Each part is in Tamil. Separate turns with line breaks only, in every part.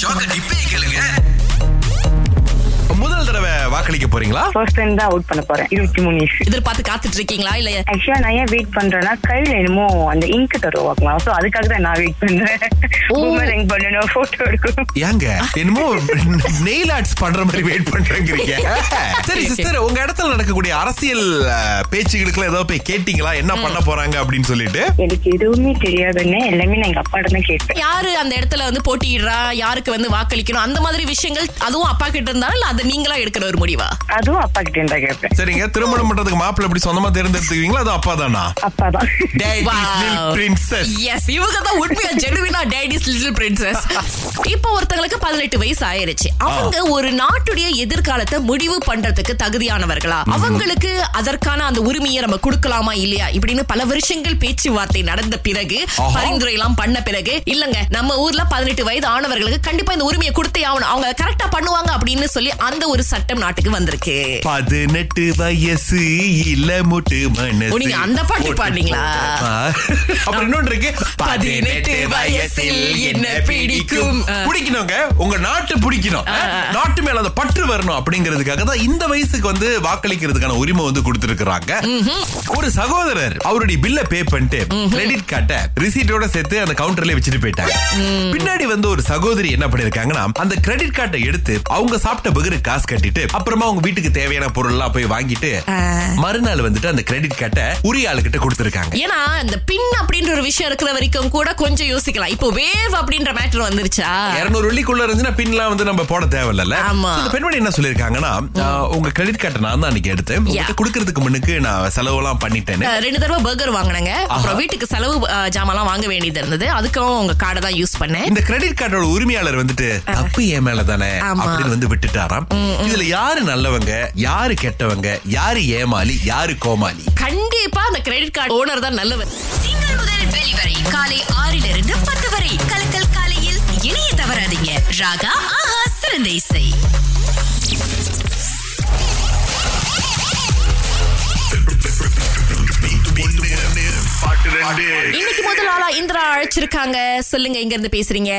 ஷாக்க டிப்பே கேளுங்க முதல் தடவை வாக்களிக்க போறீங்களா
ஃபர்ஸ்ட் டைம் தான் அவுட் பண்ண போறேன் இருபத்தி மூணு இஷ்யூ
எதிர்பார்த்து காத்துட்டு இருக்கீங்களா இல்ல
ஆக்சுவலா நான் ஏன் வெயிட் பண்றேன்னா கையில என்னமோ அந்த இங்க் தருவாங்களா சோ அதுக்காக தான் நான் வெயிட் பண்றேன்
ஓ.
பூமரங் பண்ணணும் போட்டோ எடுக்கணும்
ஏங்க என்னமோ நெயில் ஆர்ட்ஸ் பண்ற மாதிரி வெயிட் பண்றேங்கிறீங்க சரி சிஸ்டர் உங்க இடத்துல நடக்கக்கூடிய அரசியல் அஹ், பேச்சுகளுக்குலாம் ஏதாவது போய் கேட்டீங்களா என்ன பண்ண போறாங்க அப்படின்னு சொல்லிட்டு
எனக்கு எதுவுமே தெரியாதுன்னு எல்லாமே நான் எங்க அப்பாட்ட தான் கேட்டேன்
யாரு அந்த இடத்துல வந்து போட்டியிடுறா யாருக்கு வந்து வாக்களிக்கணும் அந்த மாதிரி விஷயங்கள் அதுவும் அப்பா கிட்ட இருந்தாலும் இல்ல அதை நீங்களா எடுக்கிற ஒரு முடிவா
அதுவும் அப்பா கிட்ட தான் கேட்பேன்
சரிங்க திருமணம் பண்றதுக்கு மாப்பிள்ளை எப்படி சொந்தமா தேர்ந்தெடுத்துக்குவீங்களா அது அப்பா தானா
அப்பா தான்
பிரின்சஸ்
எஸ் இவங்க தான் உண்மையா ஜெனுவினா டேடிஸ் லிட்டில் பிரின்சஸ் இப்போ ஒருத்தங்களுக்கு பதினெட்டு வயசு ஆயிருச்சு அவங்க ஒரு நாட்டுடைய எதிர்காலத்தை முடிவு பண்றதுக்கு தகுதியானவர்களா அவங்களுக்கு அதற்கான அந்த உரிமையை நம்ம கொடுக்கலாமா இல்லையா இப்படின்னு பல வருஷங்கள் பேச்சுவார்த்தை நடந்த பிறகு
ஆஹா.
பரிந்துரை எல்லாம் பண்ண பிறகு இல்லங்க நம்ம ஊர்ல பதினெட்டு வயது ஆனவர்களுக்கு கண்டிப்பா இந்த உரிமையை கொடுத்தே ஆகணும் அவங்க கரெக்டா பண்ணுவாங்க அப்படின்னு சொல்லி அந்த ஒரு சட்டம் நாட்டுக்கு வந்திருக்கு
பதினெட்டு வயசு இல்ல முட்டு
ஓ,
மனசு
நீங்க அந்த பாட்டு பாடுனீங்களா?
ஆ. அப்புறம் இன்னொன்று இருக்கு
பதினெட்டு வயசில் என்ன பிடிக்கும்? ஆ.
பிடிக்கணுங்க உங்க நாட்டு பிடிக்கணும் நாட்டு மேல அந்த பற்று வரணும் அப்படிங்கிறதுக்காக தான் இந்த வயசுக்கு வந்து வாக்களிக்கிறதுக்கான உரிமை வந்து கொடுத்திருக்கிறாங்க ஒரு சகோதரர் அவருடைய பில்ல பே பண்ணிட்டு கிரெடிட் கார்டை ரிசீட்டோட சேர்த்து அந்த கவுண்டர்ல வச்சுட்டு போயிட்டாங்க பின்னாடி வந்து ஒரு சகோதரி என்ன பண்ணிருக்காங்கன்னா அந்த கிரெடிட் கார்டை எடுத்து அவங்க சாப்பிட்ட பகுரு காசு கட்டிட்டு அப்புறமா அவங்க வீட்டுக்கு தேவையான பொருள் எல்லாம் போய் வாங்கிட்டு மறுநாள் வந்துட்டு அந்த கிரெடிட் கார்டை உரிய ஆளுகிட்ட கொடுத்திருக்காங்க
ஏன்னா இந்த பின் அப்படின்ற ஒரு விஷயம் இருக்கிற வரைக்கும் கூட கொஞ்சம் யோசிக்கலாம் இப்போ வேவ் அப்படின்ற மேட்டர் வந்துருச்சா
இருநூறு வெள்ளிக்குள்ள இருந்துச்சுன்னா பின்லாம் வந்து நம்ம போட தேவையில்ல
ஆமா.
இந்த பெண்மணி என்ன சொல்லிருக்காங்கன்னா ஆஹ், உங்க கிரெடிட் கார்டை நான் தான் அன்னைக்கு எடுத்தேன் உங்ககிட்ட கொடுக்கறதுக்கு முன்னுக்கு நான் செலவெல்லாம் பண்ணிட்டேன்னு
அஹ் ரெண்டு தடவை பர்கர் வாங்கினேங்க அப்புறம் வீட்டுக்கு செலவு அஹ், ஜாமான்லாம் வாங்க வேண்டியது இருந்தது அதுக்கும் உங்க கார்டை தான் யூஸ் பண்ணேன்
இந்த கிரெடிட் கார்டோட உரிமையாளர் வந்துட்டு தப்பு என் மேல தானே
ஆமா.
அப்படின்னு வந்து விட்டுட்டாராம் இதுல யாரு நல்லவங்க யாரு கெட்டவங்க யாரு ஏமாளி யாரு கோமாளி
கண்டிப்பா அந்த கிரெடிட் கார்டு ஓனர் தான் நல்லவர் திங்கள் முதல் வெளிவரை காலை ஆறிலிருந்து பத்து வரை கலக்கல் காலையில் இணைய தவறாதீங்க ராகா ஆஹா சிறந்த இசை இன்னைக்கு முதல் ஆளா இந்திரா அழைச்சிருக்காங்க சொல்லுங்க இங்க இருந்து பேசுறீங்க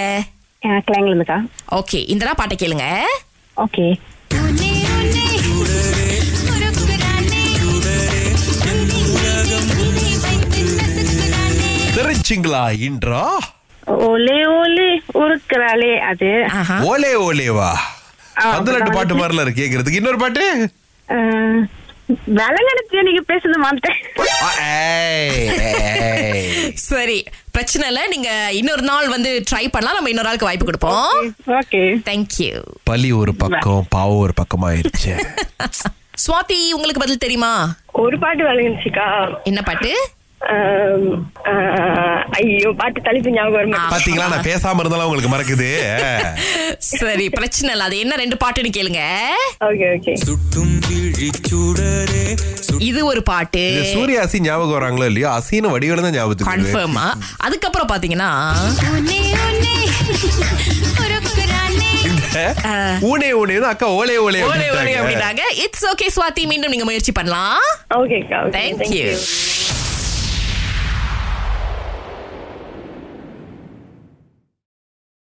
கிளைங்களுக்கா
ஓகே இந்திரா பாட்டை கேளுங்க
ஓகே
உன்னே உன்னே உருக்குறானே உன்னை உன்னை வைத்து நசுக்குறானே
தெரிஞ்சுங்களா இன்றா
ஓலே ஓலே உருக்குறாளே அது
ஆஹா
ஓலே ஓலேவா
ஆ,
பதினெட்டு
அப்புறம்
பாட்டு
வந்து-
மாதிரில இருக்கு கேக்குறதுக்கு இன்னொரு பாட்டு
விலங்கெடுத்து நீங்க பேசுறது மாட்டேன்
ஆ, ஏய், ஏய்.
சரி பிரச்சனை இல்ல நீங்க இன்னொரு நாள் வந்து ட்ரை பண்ணலாம் நம்ம இன்னொரு நாளுக்கு வாய்ப்பு கொடுப்போம்
ஓகே
தேங்க்யூ
பலி ஒரு பக்கம் பாவம் ஒரு பக்கம் ஆயிருச்சு
சுவாதி உங்களுக்கு பதில் தெரியுமா
ஒரு பாட்டு விளங்குச்சுக்கா
என்ன பாட்டு
ஐயோ பாட்டு தலைப்பு ஞாபகம் வர
மாட்டேங்குது.
பாத்தீங்களா நான் பேசாம இருந்தாலும் உங்களுக்கு மறக்குது
சரி பிரச்சனை இல்ல அது என்ன ரெண்டு பாட்டுன்னு கேளுங்க
ஓகே ஓகே
சுட்டும் விழிச்சுடரே
இது ஒரு பாட்டு
இது சூர்யா அசி ஞாபகம் வராங்களோ இல்லையோ அசீன வடிவேல தான் ஞாபகத்துக்கு வருது.
கன்ஃபார்மா அதுக்கப்புறம் பாத்தீங்கன்னா
உன்னே உன்னை உருக்குறானே
இந்த ஊனே ஊனே தான் அக்கா ஓலே ஓலே
ஓலே ஓலே
அப்படின்ட்டாங்க.
அப்படின்னாங்க இட்ஸ் ஓகே சுவாதி மீண்டும் நீங்க முயற்சி பண்ணலாம்
ஓகேக்கா
தேங்க்யூ